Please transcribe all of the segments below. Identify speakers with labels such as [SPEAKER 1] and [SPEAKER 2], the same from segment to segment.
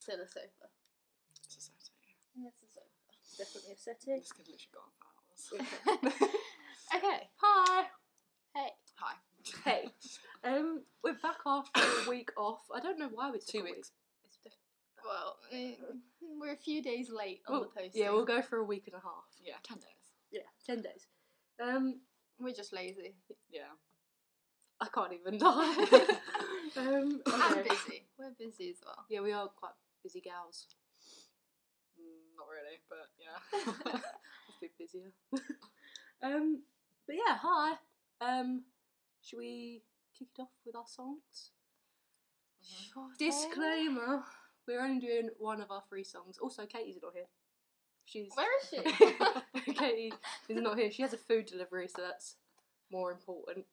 [SPEAKER 1] to the sofa.
[SPEAKER 2] It's a Saturday.
[SPEAKER 1] Yeah, it's a sofa. It's definitely a city.
[SPEAKER 2] This could literally go on for hours.
[SPEAKER 1] okay. Hi. Hey.
[SPEAKER 2] Hi.
[SPEAKER 1] Hey.
[SPEAKER 3] Um, we're back after a week off. I don't know why we took
[SPEAKER 2] Two
[SPEAKER 3] a week.
[SPEAKER 2] weeks.
[SPEAKER 3] It's def-
[SPEAKER 1] Well, mm, we're a few days late on
[SPEAKER 3] Well,
[SPEAKER 1] the posting.
[SPEAKER 3] yeah, we'll go for a week and a half.
[SPEAKER 2] Yeah, ten days.
[SPEAKER 3] Yeah, ten days. Um,
[SPEAKER 1] we're just lazy
[SPEAKER 2] Yeah. Mm,
[SPEAKER 3] I can't even die. um,
[SPEAKER 1] and
[SPEAKER 3] okay.
[SPEAKER 1] busy. We're busy as well.
[SPEAKER 3] Yeah, we are quite busy gals.
[SPEAKER 2] Mm, not really, but yeah.
[SPEAKER 3] Must be busier. um, but yeah, hi. Um, should we kick it off with our songs? Disclaimer: We're only doing one of our three songs. Also, Katie's not here. She's
[SPEAKER 1] Where is she?
[SPEAKER 3] Katie is not here. She has a food delivery, so that's more important.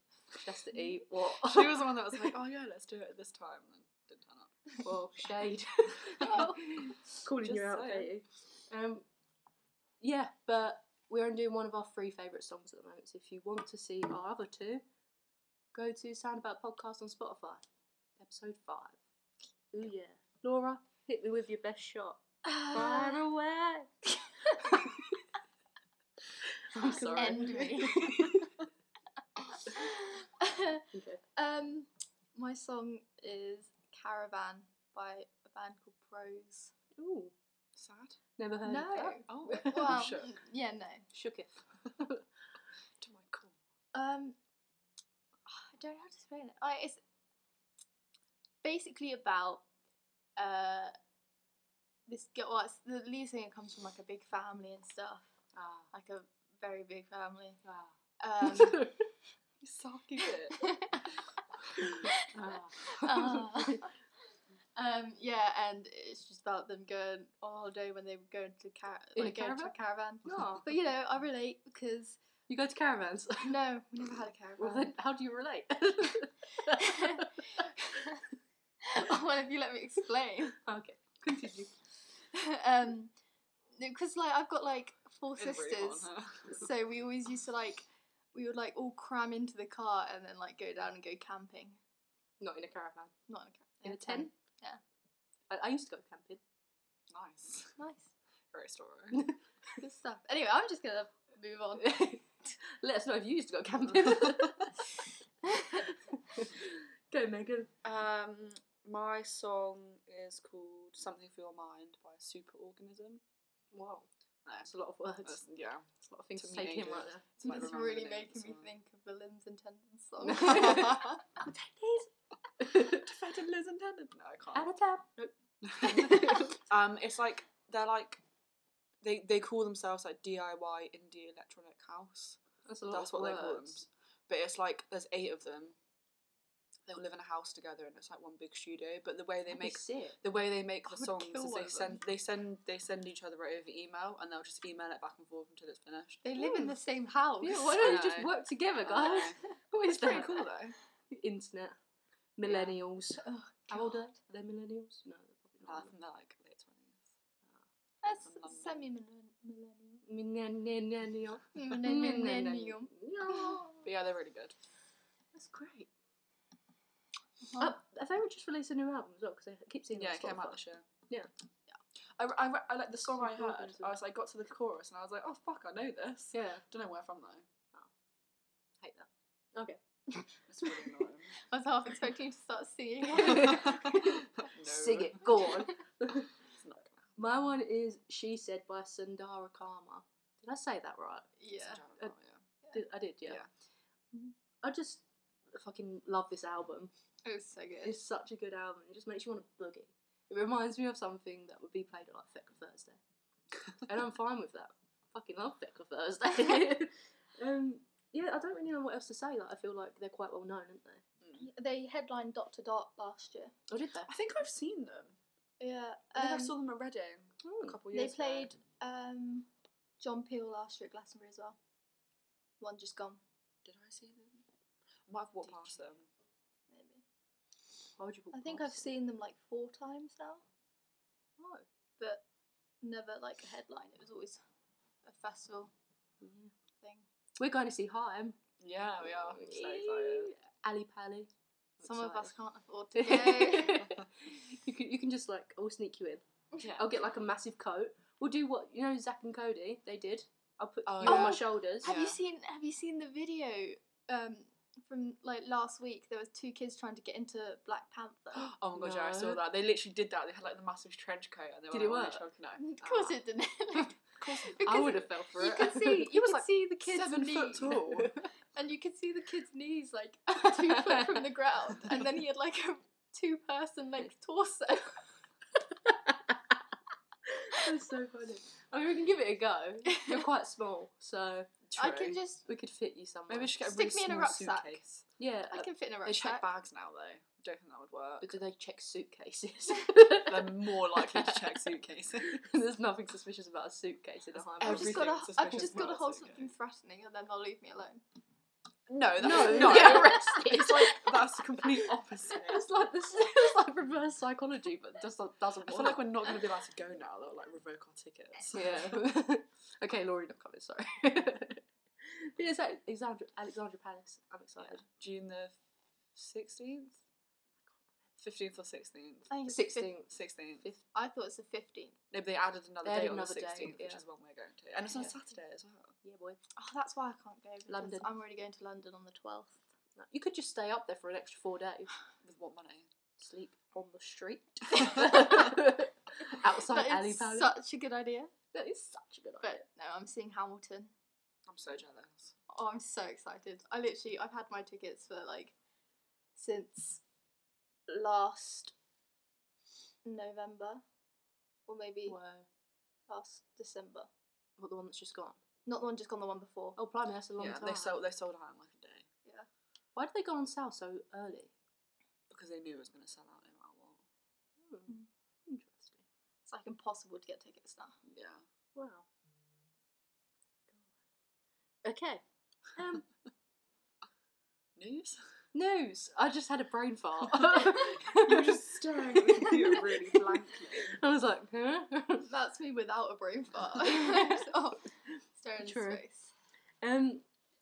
[SPEAKER 3] She has to eat. What?
[SPEAKER 2] she was the one that was like, "Oh yeah, let's do it this time," and didn't turn up.
[SPEAKER 3] well, shade.
[SPEAKER 1] Oh.
[SPEAKER 3] Calling
[SPEAKER 2] Just
[SPEAKER 3] you out,
[SPEAKER 2] saying.
[SPEAKER 3] Katie. Um, yeah, but we're only doing one of our three favourite songs at the moment. So if you want to see our other two, go to Soundabout Podcast on Spotify, episode five. Ooh yeah, Laura, hit me with your best shot.
[SPEAKER 1] Ah,
[SPEAKER 3] Far away.
[SPEAKER 2] I'm sorry.
[SPEAKER 1] End me.
[SPEAKER 3] Okay.
[SPEAKER 1] um, my song is Caravan by a band called Pros.
[SPEAKER 3] Ooh,
[SPEAKER 2] Sad.
[SPEAKER 3] never heard.
[SPEAKER 1] No.
[SPEAKER 3] Of that.
[SPEAKER 2] Oh,
[SPEAKER 1] Well,
[SPEAKER 2] shook
[SPEAKER 1] yeah, no.
[SPEAKER 3] Shook it.
[SPEAKER 2] to my core.
[SPEAKER 1] Um, I don't know how to explain it. Like, it's basically about uh this girl. Well, it's, the lead singer comes from like a big family and stuff,
[SPEAKER 3] Ah.
[SPEAKER 1] like a very big family.
[SPEAKER 3] ah,
[SPEAKER 1] Um,
[SPEAKER 2] You're sucking it.
[SPEAKER 3] ah.
[SPEAKER 1] Ah. um, yeah, and it's just about them going on holiday when they were going to car-
[SPEAKER 3] In a
[SPEAKER 1] like going to a caravan.
[SPEAKER 3] Ah.
[SPEAKER 1] But you know, I relate because
[SPEAKER 3] You go to caravans.
[SPEAKER 1] no, we never had a
[SPEAKER 3] Well,
[SPEAKER 1] caravan.
[SPEAKER 3] then, how do you relate?
[SPEAKER 1] well, if you let me explain,
[SPEAKER 2] Ah,
[SPEAKER 3] okay, continue.
[SPEAKER 1] um, because like I've got like four
[SPEAKER 2] It was really hot
[SPEAKER 1] sisters,
[SPEAKER 2] on her.
[SPEAKER 1] so we always used to like we would like all cram into the car and then like go down and go camping.
[SPEAKER 3] Not in a caravan.
[SPEAKER 1] Not
[SPEAKER 3] In
[SPEAKER 1] in
[SPEAKER 3] a
[SPEAKER 1] a, caravan.
[SPEAKER 3] tent. I, I used to go camping.
[SPEAKER 2] Nice.
[SPEAKER 1] Nice,
[SPEAKER 2] Great story.
[SPEAKER 1] good stuff. Anyway, I'm just gonna move on.
[SPEAKER 3] Let us know if you used to go camping. go, Megan.
[SPEAKER 2] Um, my song is called "Something for Your Mind" by Superorganism.
[SPEAKER 3] Wow, Ah, that's a lot of words.
[SPEAKER 2] That's- yeah,
[SPEAKER 3] That's a lot of things
[SPEAKER 2] took
[SPEAKER 3] to
[SPEAKER 2] me
[SPEAKER 3] take in
[SPEAKER 2] ages.
[SPEAKER 3] right there.
[SPEAKER 2] it's like
[SPEAKER 1] it's
[SPEAKER 2] remembering
[SPEAKER 1] really
[SPEAKER 2] the name of
[SPEAKER 1] making
[SPEAKER 2] the
[SPEAKER 1] me
[SPEAKER 2] song.
[SPEAKER 1] think of the Limbs and Tendons song.
[SPEAKER 2] To Fat and Liz and Tendon. No, I can't.
[SPEAKER 3] Out of town.
[SPEAKER 2] um, it's like they're like they they call themselves like DIY indie electronic house.
[SPEAKER 3] That's a lot
[SPEAKER 2] That's
[SPEAKER 3] of
[SPEAKER 2] what
[SPEAKER 3] words.
[SPEAKER 2] they call them. But it's like there's eight of them. They all live in a house together, and it's like one big studio. But the way they
[SPEAKER 3] That'd be
[SPEAKER 2] make
[SPEAKER 3] sick.
[SPEAKER 2] the way they make
[SPEAKER 1] I
[SPEAKER 2] the
[SPEAKER 1] would
[SPEAKER 2] songs
[SPEAKER 1] kill
[SPEAKER 2] is
[SPEAKER 1] one
[SPEAKER 2] they
[SPEAKER 1] of
[SPEAKER 2] send they send they send each other over email, and they'll just email it back and forth until it's finished.
[SPEAKER 1] they live in the same house.
[SPEAKER 3] Yeah, why don't
[SPEAKER 2] I
[SPEAKER 3] you just
[SPEAKER 2] know.
[SPEAKER 3] work together,
[SPEAKER 2] I
[SPEAKER 3] guys? What is
[SPEAKER 2] It's pretty
[SPEAKER 3] that?
[SPEAKER 2] cool though.
[SPEAKER 3] The Internet. Millennials.
[SPEAKER 1] Oh,
[SPEAKER 3] How old
[SPEAKER 1] God.
[SPEAKER 3] are they? They're millennials? No, they're
[SPEAKER 2] No, I
[SPEAKER 3] probably
[SPEAKER 2] think they're like late twenties.
[SPEAKER 1] That's
[SPEAKER 2] From London.
[SPEAKER 1] semi-millennial.
[SPEAKER 3] not. Millennial.
[SPEAKER 1] Millennial.
[SPEAKER 2] But yeah, they're really good.
[SPEAKER 3] That's great.
[SPEAKER 1] Uh,
[SPEAKER 3] I think we Oh, just released a new album as well because I keep seeing
[SPEAKER 2] Yeah,
[SPEAKER 3] it
[SPEAKER 2] it came out
[SPEAKER 3] Spotify.
[SPEAKER 2] this year.
[SPEAKER 3] Yeah.
[SPEAKER 2] I, I, I like the song I
[SPEAKER 3] Super
[SPEAKER 2] heard.
[SPEAKER 3] organism.
[SPEAKER 2] I was like, got to the chorus and I was like, oh fuck, I know this.
[SPEAKER 3] Yeah,
[SPEAKER 2] Don't know where from though.
[SPEAKER 3] hate that. Okay.
[SPEAKER 2] It's really annoying.
[SPEAKER 1] I was half expecting to start singing.
[SPEAKER 2] No.
[SPEAKER 3] Sing it, go on.
[SPEAKER 2] It's not gonna happen.
[SPEAKER 3] My one is She Said by Sundara Karma. Did I say that right?
[SPEAKER 1] yeah.
[SPEAKER 2] It's a genre,
[SPEAKER 3] Uh, Did, I did, yeah.
[SPEAKER 1] Yeah.
[SPEAKER 3] I just fucking love this album.
[SPEAKER 1] It was so good.
[SPEAKER 3] It's such a good album. It just makes you want to boogie. It reminds me of something that would be played at like Feckler Thursday. and I'm fine with that. I fucking love Feckler Thursday. um, yeah, I don't really know what else to say. Like, I feel like they're quite well known, aren't they?
[SPEAKER 2] yeah. Mm.
[SPEAKER 1] Y- They headlined Dot to Dot last year.
[SPEAKER 3] Or did they?
[SPEAKER 2] I think I've seen them.
[SPEAKER 1] Yeah.
[SPEAKER 2] I think
[SPEAKER 1] um,
[SPEAKER 2] I saw them at Reading a
[SPEAKER 3] Hmm.
[SPEAKER 2] couple
[SPEAKER 1] They
[SPEAKER 2] years ago.
[SPEAKER 1] played um, John Peel last year at Glastonbury as well. One just gone,
[SPEAKER 2] Did I see them? I might have walked
[SPEAKER 3] Did
[SPEAKER 2] past them.
[SPEAKER 1] maybe.
[SPEAKER 3] Why would you walk
[SPEAKER 1] I think I've
[SPEAKER 3] past?
[SPEAKER 1] seen them like four times now,
[SPEAKER 3] Oh.
[SPEAKER 1] but never like a headline. It was always a festival
[SPEAKER 3] Yeah.
[SPEAKER 1] thing.
[SPEAKER 3] We're going to see Haim.
[SPEAKER 2] Yeah, we are. So excited.
[SPEAKER 3] Ali Pally.
[SPEAKER 1] Some of us
[SPEAKER 3] excited.
[SPEAKER 1] can't afford to go.
[SPEAKER 3] you can you can just like I'll sneak you in.
[SPEAKER 2] Yeah.
[SPEAKER 3] I'll get like a massive coat. We'll do what you know Zach and Cody they did. I'll put
[SPEAKER 2] Oh,
[SPEAKER 3] you on
[SPEAKER 1] yeah.
[SPEAKER 3] my shoulders.
[SPEAKER 1] Have you
[SPEAKER 2] Yeah.
[SPEAKER 1] seen Have you seen the video um, from like last week? There was two kids trying to get into Black Panther.
[SPEAKER 2] Oh my god, yeah, I saw
[SPEAKER 3] No.
[SPEAKER 2] that. They literally did that. They had like the massive trench coat and they
[SPEAKER 3] Uh-huh. Did it
[SPEAKER 2] were like, "Oh,
[SPEAKER 3] work?
[SPEAKER 2] "Which one can I-"
[SPEAKER 1] of course it didn't.
[SPEAKER 3] I
[SPEAKER 1] Because
[SPEAKER 3] would have fell for
[SPEAKER 1] You
[SPEAKER 3] it.
[SPEAKER 1] could see. You
[SPEAKER 2] was
[SPEAKER 1] could
[SPEAKER 2] like
[SPEAKER 1] see the kids'
[SPEAKER 2] seven
[SPEAKER 1] knee,
[SPEAKER 2] foot tall.
[SPEAKER 1] and you could see the kid's knees like two foot from the ground, and then he had like a two person length torso.
[SPEAKER 3] That's so funny. I mean, we can give it a go. You're quite small, so
[SPEAKER 1] I
[SPEAKER 2] True.
[SPEAKER 1] can just.
[SPEAKER 3] we could fit you somewhere.
[SPEAKER 2] maybe we should get a
[SPEAKER 1] stick
[SPEAKER 2] really
[SPEAKER 1] me in a
[SPEAKER 2] small
[SPEAKER 1] rucksack.
[SPEAKER 2] suitcase.
[SPEAKER 3] yeah.
[SPEAKER 1] I
[SPEAKER 3] uh,
[SPEAKER 1] can fit in a
[SPEAKER 2] They
[SPEAKER 1] rucksack.
[SPEAKER 2] check bags now though. I don't think that would work.
[SPEAKER 3] but do they check suitcases?
[SPEAKER 2] They're more likely to check suitcases.
[SPEAKER 3] There's nothing suspicious about a suitcase in a high.
[SPEAKER 1] I've
[SPEAKER 3] volume.
[SPEAKER 1] just got to.
[SPEAKER 2] everything
[SPEAKER 1] I've
[SPEAKER 2] suspicious
[SPEAKER 1] just got to
[SPEAKER 2] smells,
[SPEAKER 1] hold
[SPEAKER 2] okay.
[SPEAKER 1] something threatening, and then they'll leave me alone.
[SPEAKER 2] no, that's,
[SPEAKER 3] No,
[SPEAKER 2] no.
[SPEAKER 3] you're arrested.
[SPEAKER 2] It's like that's the complete opposite.
[SPEAKER 3] It's like this. It's like reverse psychology, but just not, doesn't
[SPEAKER 2] I
[SPEAKER 3] work.
[SPEAKER 2] feel like we're not gonna be allowed to go now. They'll like revoke our tickets.
[SPEAKER 3] Yeah. okay, Laurie, not coming. Sorry. yeah, it's like Alexandra, Alexandra Palace. I'm excited.
[SPEAKER 2] June the sixteenth, fifteenth or sixteenth.
[SPEAKER 1] I think it's the fif-
[SPEAKER 3] Sixteen.
[SPEAKER 2] Sixteenth.
[SPEAKER 1] I thought it's the fifteenth.
[SPEAKER 2] No, but they added another
[SPEAKER 3] They added
[SPEAKER 2] date on the
[SPEAKER 3] another day,
[SPEAKER 2] sixteenth, which
[SPEAKER 3] yeah.
[SPEAKER 2] is when we're going to, and it's on
[SPEAKER 3] Yeah.
[SPEAKER 2] Saturday as well.
[SPEAKER 3] Yeah, boy.
[SPEAKER 1] Oh, that's why I can't go. because
[SPEAKER 3] London.
[SPEAKER 1] I'm already going to London on the twelfth.
[SPEAKER 3] No, you could just stay up there for an extra four days.
[SPEAKER 2] With what money?
[SPEAKER 3] Sleep on the street. Outside
[SPEAKER 1] That
[SPEAKER 3] Alley
[SPEAKER 1] is
[SPEAKER 3] Palace.
[SPEAKER 1] such a good idea.
[SPEAKER 3] that is such a good idea.
[SPEAKER 1] But no, I'm seeing Hamilton.
[SPEAKER 2] I'm so jealous.
[SPEAKER 1] Oh, I'm so excited. I literally, I've had my tickets for like since last November or maybe
[SPEAKER 3] Wow.
[SPEAKER 1] last December.
[SPEAKER 3] What, the one that's just gone?
[SPEAKER 1] Not the one just gone, the one before.
[SPEAKER 3] Oh, blimey, that's a long
[SPEAKER 2] yeah,
[SPEAKER 3] time.
[SPEAKER 2] they sold they sold out in like a day
[SPEAKER 3] Why did they go on sale so early?
[SPEAKER 2] because they knew it was going to sell out no matter what.
[SPEAKER 3] Hmm.
[SPEAKER 1] Mm.
[SPEAKER 3] Interesting.
[SPEAKER 1] It's like impossible to get tickets now.
[SPEAKER 2] Yeah.
[SPEAKER 3] Wow. Okay. Um,
[SPEAKER 2] News?
[SPEAKER 3] news. I just had a brain fart.
[SPEAKER 2] you were just staring at the computer really blankly.
[SPEAKER 3] I was like, huh?
[SPEAKER 1] That's me without a brain fart. oh, staring into
[SPEAKER 3] True.
[SPEAKER 1] space.
[SPEAKER 3] um,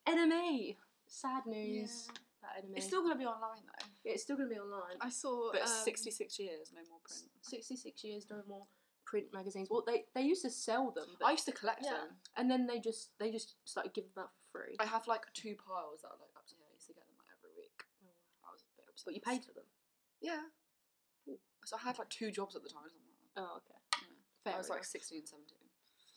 [SPEAKER 3] NME. Sad news
[SPEAKER 1] Yeah.
[SPEAKER 3] about E. NME.
[SPEAKER 2] It's still going to be online though.
[SPEAKER 3] yeah, it's still going to be online.
[SPEAKER 1] I saw.
[SPEAKER 2] But
[SPEAKER 1] um,
[SPEAKER 2] 66 years, no more print.
[SPEAKER 3] 66 years, no more print magazines. Well, they, they used to sell them, but,
[SPEAKER 2] I used to collect
[SPEAKER 1] Yeah.
[SPEAKER 2] them.
[SPEAKER 3] and then they just they just started giving them out for free.
[SPEAKER 2] I have like two piles that are like up to here. I used to get them like every week. I was a bit obsessed.
[SPEAKER 3] But you paid for them.
[SPEAKER 2] Oh, Yeah. So I had like two jobs at the time. Something
[SPEAKER 3] Oh, okay.
[SPEAKER 2] Yeah.
[SPEAKER 3] Fair
[SPEAKER 2] Mm. I was like 16,
[SPEAKER 3] enough.
[SPEAKER 2] 17.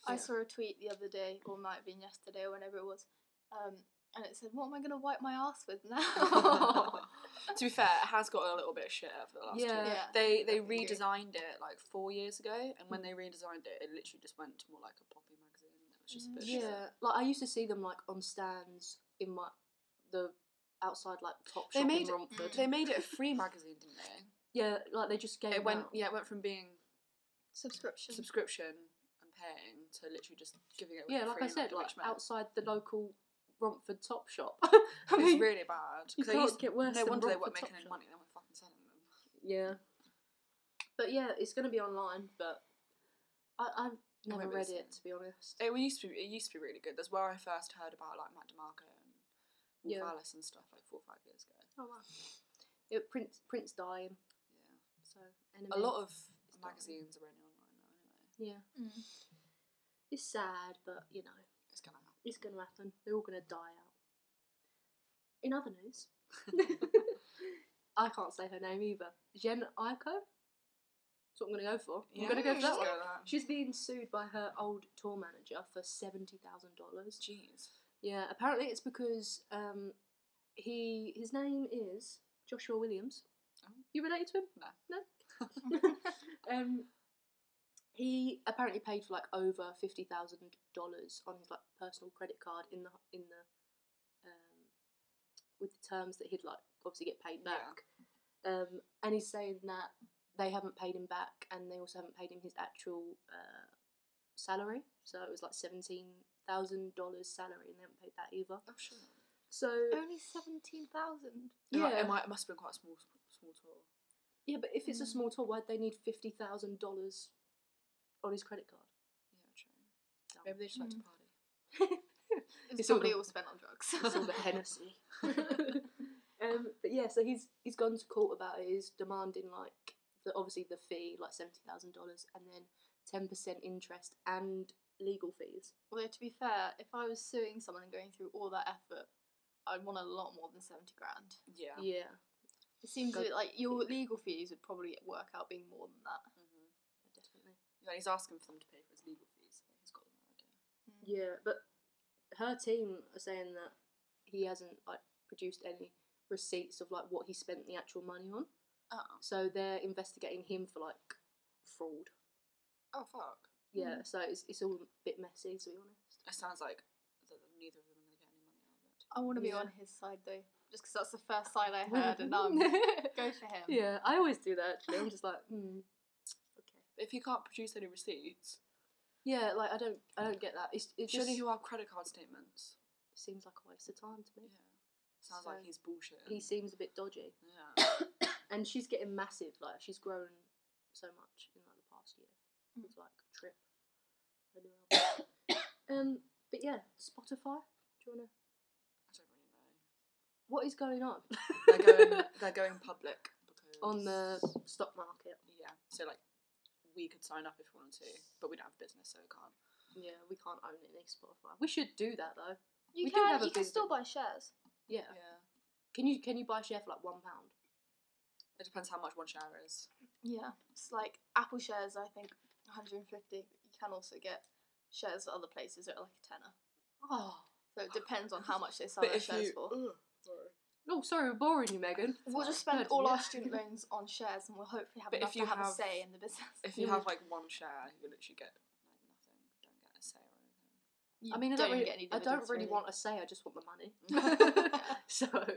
[SPEAKER 1] I
[SPEAKER 3] Yeah.
[SPEAKER 1] saw a tweet the other day, or might have been yesterday, or whenever it was, um, and it said, "What am I going to wipe my ass with now?"
[SPEAKER 2] to be fair, it has gotten a little bit shit for the last two
[SPEAKER 3] Yeah.
[SPEAKER 2] years.
[SPEAKER 1] yeah,
[SPEAKER 2] They they
[SPEAKER 1] Definitely.
[SPEAKER 2] redesigned it like four years ago, and
[SPEAKER 3] Mm.
[SPEAKER 2] when they redesigned it, it literally just went to more like a poppy magazine. and It was just a bit
[SPEAKER 3] Mm, Yeah,
[SPEAKER 2] shit.
[SPEAKER 3] like I used to see them like on stands in my the outside like top
[SPEAKER 2] They
[SPEAKER 3] shop
[SPEAKER 2] made Mm.
[SPEAKER 3] in
[SPEAKER 2] it-
[SPEAKER 3] Romford.
[SPEAKER 2] They made it a free magazine, didn't they?
[SPEAKER 3] yeah, like they just gave
[SPEAKER 2] It
[SPEAKER 3] them
[SPEAKER 2] went
[SPEAKER 3] out.
[SPEAKER 2] yeah, it went from being
[SPEAKER 1] subscription.
[SPEAKER 2] subscription and paying to literally just giving it.
[SPEAKER 3] yeah,
[SPEAKER 2] away
[SPEAKER 3] like
[SPEAKER 2] free
[SPEAKER 3] I
[SPEAKER 2] in,
[SPEAKER 3] said,
[SPEAKER 2] a
[SPEAKER 3] like
[SPEAKER 2] rich man.
[SPEAKER 3] outside the local Romford top shop.
[SPEAKER 2] It
[SPEAKER 3] I
[SPEAKER 2] was
[SPEAKER 3] mean,
[SPEAKER 2] really bad. 'cause
[SPEAKER 3] you
[SPEAKER 2] they
[SPEAKER 3] can't
[SPEAKER 2] used-
[SPEAKER 3] get worse.
[SPEAKER 2] No
[SPEAKER 3] than
[SPEAKER 2] wonder they
[SPEAKER 3] Romford
[SPEAKER 2] weren't
[SPEAKER 3] top
[SPEAKER 2] making any
[SPEAKER 3] shop.
[SPEAKER 2] money. They weren't fucking selling them.
[SPEAKER 3] Yeah, but yeah, it's gonna be online, but I, I've never
[SPEAKER 2] remember
[SPEAKER 3] read
[SPEAKER 2] seeing
[SPEAKER 3] it to be honest.
[SPEAKER 2] It used to be, it used to be really good. That's where I first heard about like Matt DeMarco and Wolf
[SPEAKER 3] Yeah.
[SPEAKER 2] Alice and stuff like four or five years ago.
[SPEAKER 3] Oh wow. It Prince Prince dying,
[SPEAKER 2] Yeah,
[SPEAKER 3] so enemy.
[SPEAKER 2] a lot of
[SPEAKER 3] dying.
[SPEAKER 2] magazines are only online now anyway.
[SPEAKER 3] yeah,
[SPEAKER 1] Mm.
[SPEAKER 3] it's sad, but you know.
[SPEAKER 2] It's gonna happen.
[SPEAKER 3] It's going to happen. They're all going to die out. In other news, I can't say her name either. Jen Aiko? That's what I'm going to go for. I'm going to go for
[SPEAKER 2] just
[SPEAKER 3] that one.
[SPEAKER 2] go with that.
[SPEAKER 3] She's being sued by her old tour manager for $70,000.
[SPEAKER 2] Jeez.
[SPEAKER 3] Yeah, apparently it's because um, he his name is Joshua Williams.
[SPEAKER 2] Oh.
[SPEAKER 3] You related to him?
[SPEAKER 2] No. Oh,
[SPEAKER 3] No. um, he apparently paid for like over fifty thousand dollars on his like personal credit card in the in the um, with the terms that he'd like obviously get paid
[SPEAKER 2] Yeah.
[SPEAKER 3] back. Um, and he's saying that they haven't paid him back, and they also haven't paid him his actual uh, salary. So it was like seventeen thousand dollars salary, and they haven't paid that either.
[SPEAKER 2] Oh sure.
[SPEAKER 3] So
[SPEAKER 1] Only seventeen thousand.
[SPEAKER 2] Yeah.
[SPEAKER 3] Yeah.
[SPEAKER 2] it, might, it must have been quite a small, small tour.
[SPEAKER 3] yeah, but if it's a
[SPEAKER 1] Mm.
[SPEAKER 3] small tour, why'd they need fifty thousand dollars on his credit card?
[SPEAKER 2] Yeah, true. Maybe they just like to party.
[SPEAKER 1] It was
[SPEAKER 3] It's all
[SPEAKER 1] probably
[SPEAKER 3] the-
[SPEAKER 1] all spent on drugs.
[SPEAKER 3] It's all the Hennessy. Um, but yeah, so he's he's gone to court about it. He's demanding like the, obviously the fee, like seventy thousand dollars, and then ten percent interest and legal fees.
[SPEAKER 1] Although to be fair, if I was suing someone and going through all that effort, I'd want a lot more than seventy grand.
[SPEAKER 2] Yeah.
[SPEAKER 3] Yeah,
[SPEAKER 1] It seems
[SPEAKER 3] God.
[SPEAKER 1] that, like your legal fees would probably work out being more than that.
[SPEAKER 2] Mhm.
[SPEAKER 3] definitely.
[SPEAKER 2] Yeah, he's asking for them to pay for his legal fees, but he's got them already.
[SPEAKER 3] Yeah, but her team are saying that he hasn't like produced any receipts of like what he spent the actual money on.
[SPEAKER 2] Oh.
[SPEAKER 3] So they're investigating him for like fraud.
[SPEAKER 2] Oh fuck.
[SPEAKER 3] Yeah,
[SPEAKER 1] Mm.
[SPEAKER 3] so it's, it's all a bit messy to be honest.
[SPEAKER 2] It sounds like that neither of them are going to get any money out of it.
[SPEAKER 1] I want to be
[SPEAKER 3] Yeah.
[SPEAKER 1] on his side though, just because that's the first side I heard, and I'm go for him.
[SPEAKER 3] yeah, I always do that actually. I'm just like,
[SPEAKER 2] Mm.
[SPEAKER 3] hmm. Okay.
[SPEAKER 2] But if you can't produce any receipts,
[SPEAKER 3] Yeah, like I don't, I don't get that. It's, it just
[SPEAKER 2] surely you have credit card statements.
[SPEAKER 3] seems like a waste of time to me.
[SPEAKER 2] Yeah. Sounds
[SPEAKER 3] So-
[SPEAKER 2] like he's bullshit.
[SPEAKER 3] He seems a bit dodgy,
[SPEAKER 2] Yeah.
[SPEAKER 3] and she's getting massive. Like she's grown so much in like the past year.
[SPEAKER 1] Mm.
[SPEAKER 3] It's like a trip. Her new album. um, but yeah, Spotify. Do you wanna?
[SPEAKER 2] I don't really know.
[SPEAKER 3] What is going on?
[SPEAKER 2] They're going. they're going public because
[SPEAKER 3] on the stock market.
[SPEAKER 2] yeah. So like, we could sign up if we wanted to, but we don't have a business, so we can't.
[SPEAKER 3] Yeah, we can't own any Spotify. We should do that though.
[SPEAKER 1] You
[SPEAKER 3] We do
[SPEAKER 1] can
[SPEAKER 3] have a
[SPEAKER 1] you can
[SPEAKER 3] big
[SPEAKER 1] still
[SPEAKER 3] bill.
[SPEAKER 1] buy shares.
[SPEAKER 3] Yeah.
[SPEAKER 2] Yeah.
[SPEAKER 3] Can you can you buy a share for like one pound?
[SPEAKER 2] It depends how much one share is.
[SPEAKER 1] Yeah, it's like Apple shares. I think 150. You can also get shares at other places at like a tenner.
[SPEAKER 3] Oh.
[SPEAKER 1] So it depends on how much they sell their shares for.
[SPEAKER 3] Oh, sorry, we're boring you, Megan.
[SPEAKER 1] We'll just
[SPEAKER 3] Sorry.
[SPEAKER 1] spend all
[SPEAKER 3] Yeah.
[SPEAKER 1] our student loans on shares, and we'll hopefully have
[SPEAKER 2] But
[SPEAKER 1] enough
[SPEAKER 2] if you
[SPEAKER 1] to have, a
[SPEAKER 2] have-
[SPEAKER 1] say in the business.
[SPEAKER 2] If you
[SPEAKER 3] Yeah.
[SPEAKER 2] have like one share, you literally get like nothing. Don't get a say or anything.
[SPEAKER 1] You
[SPEAKER 3] I mean, I don't, really, I don't
[SPEAKER 1] dividends,
[SPEAKER 3] really want a say. I just want the money.
[SPEAKER 1] Yeah.
[SPEAKER 3] so I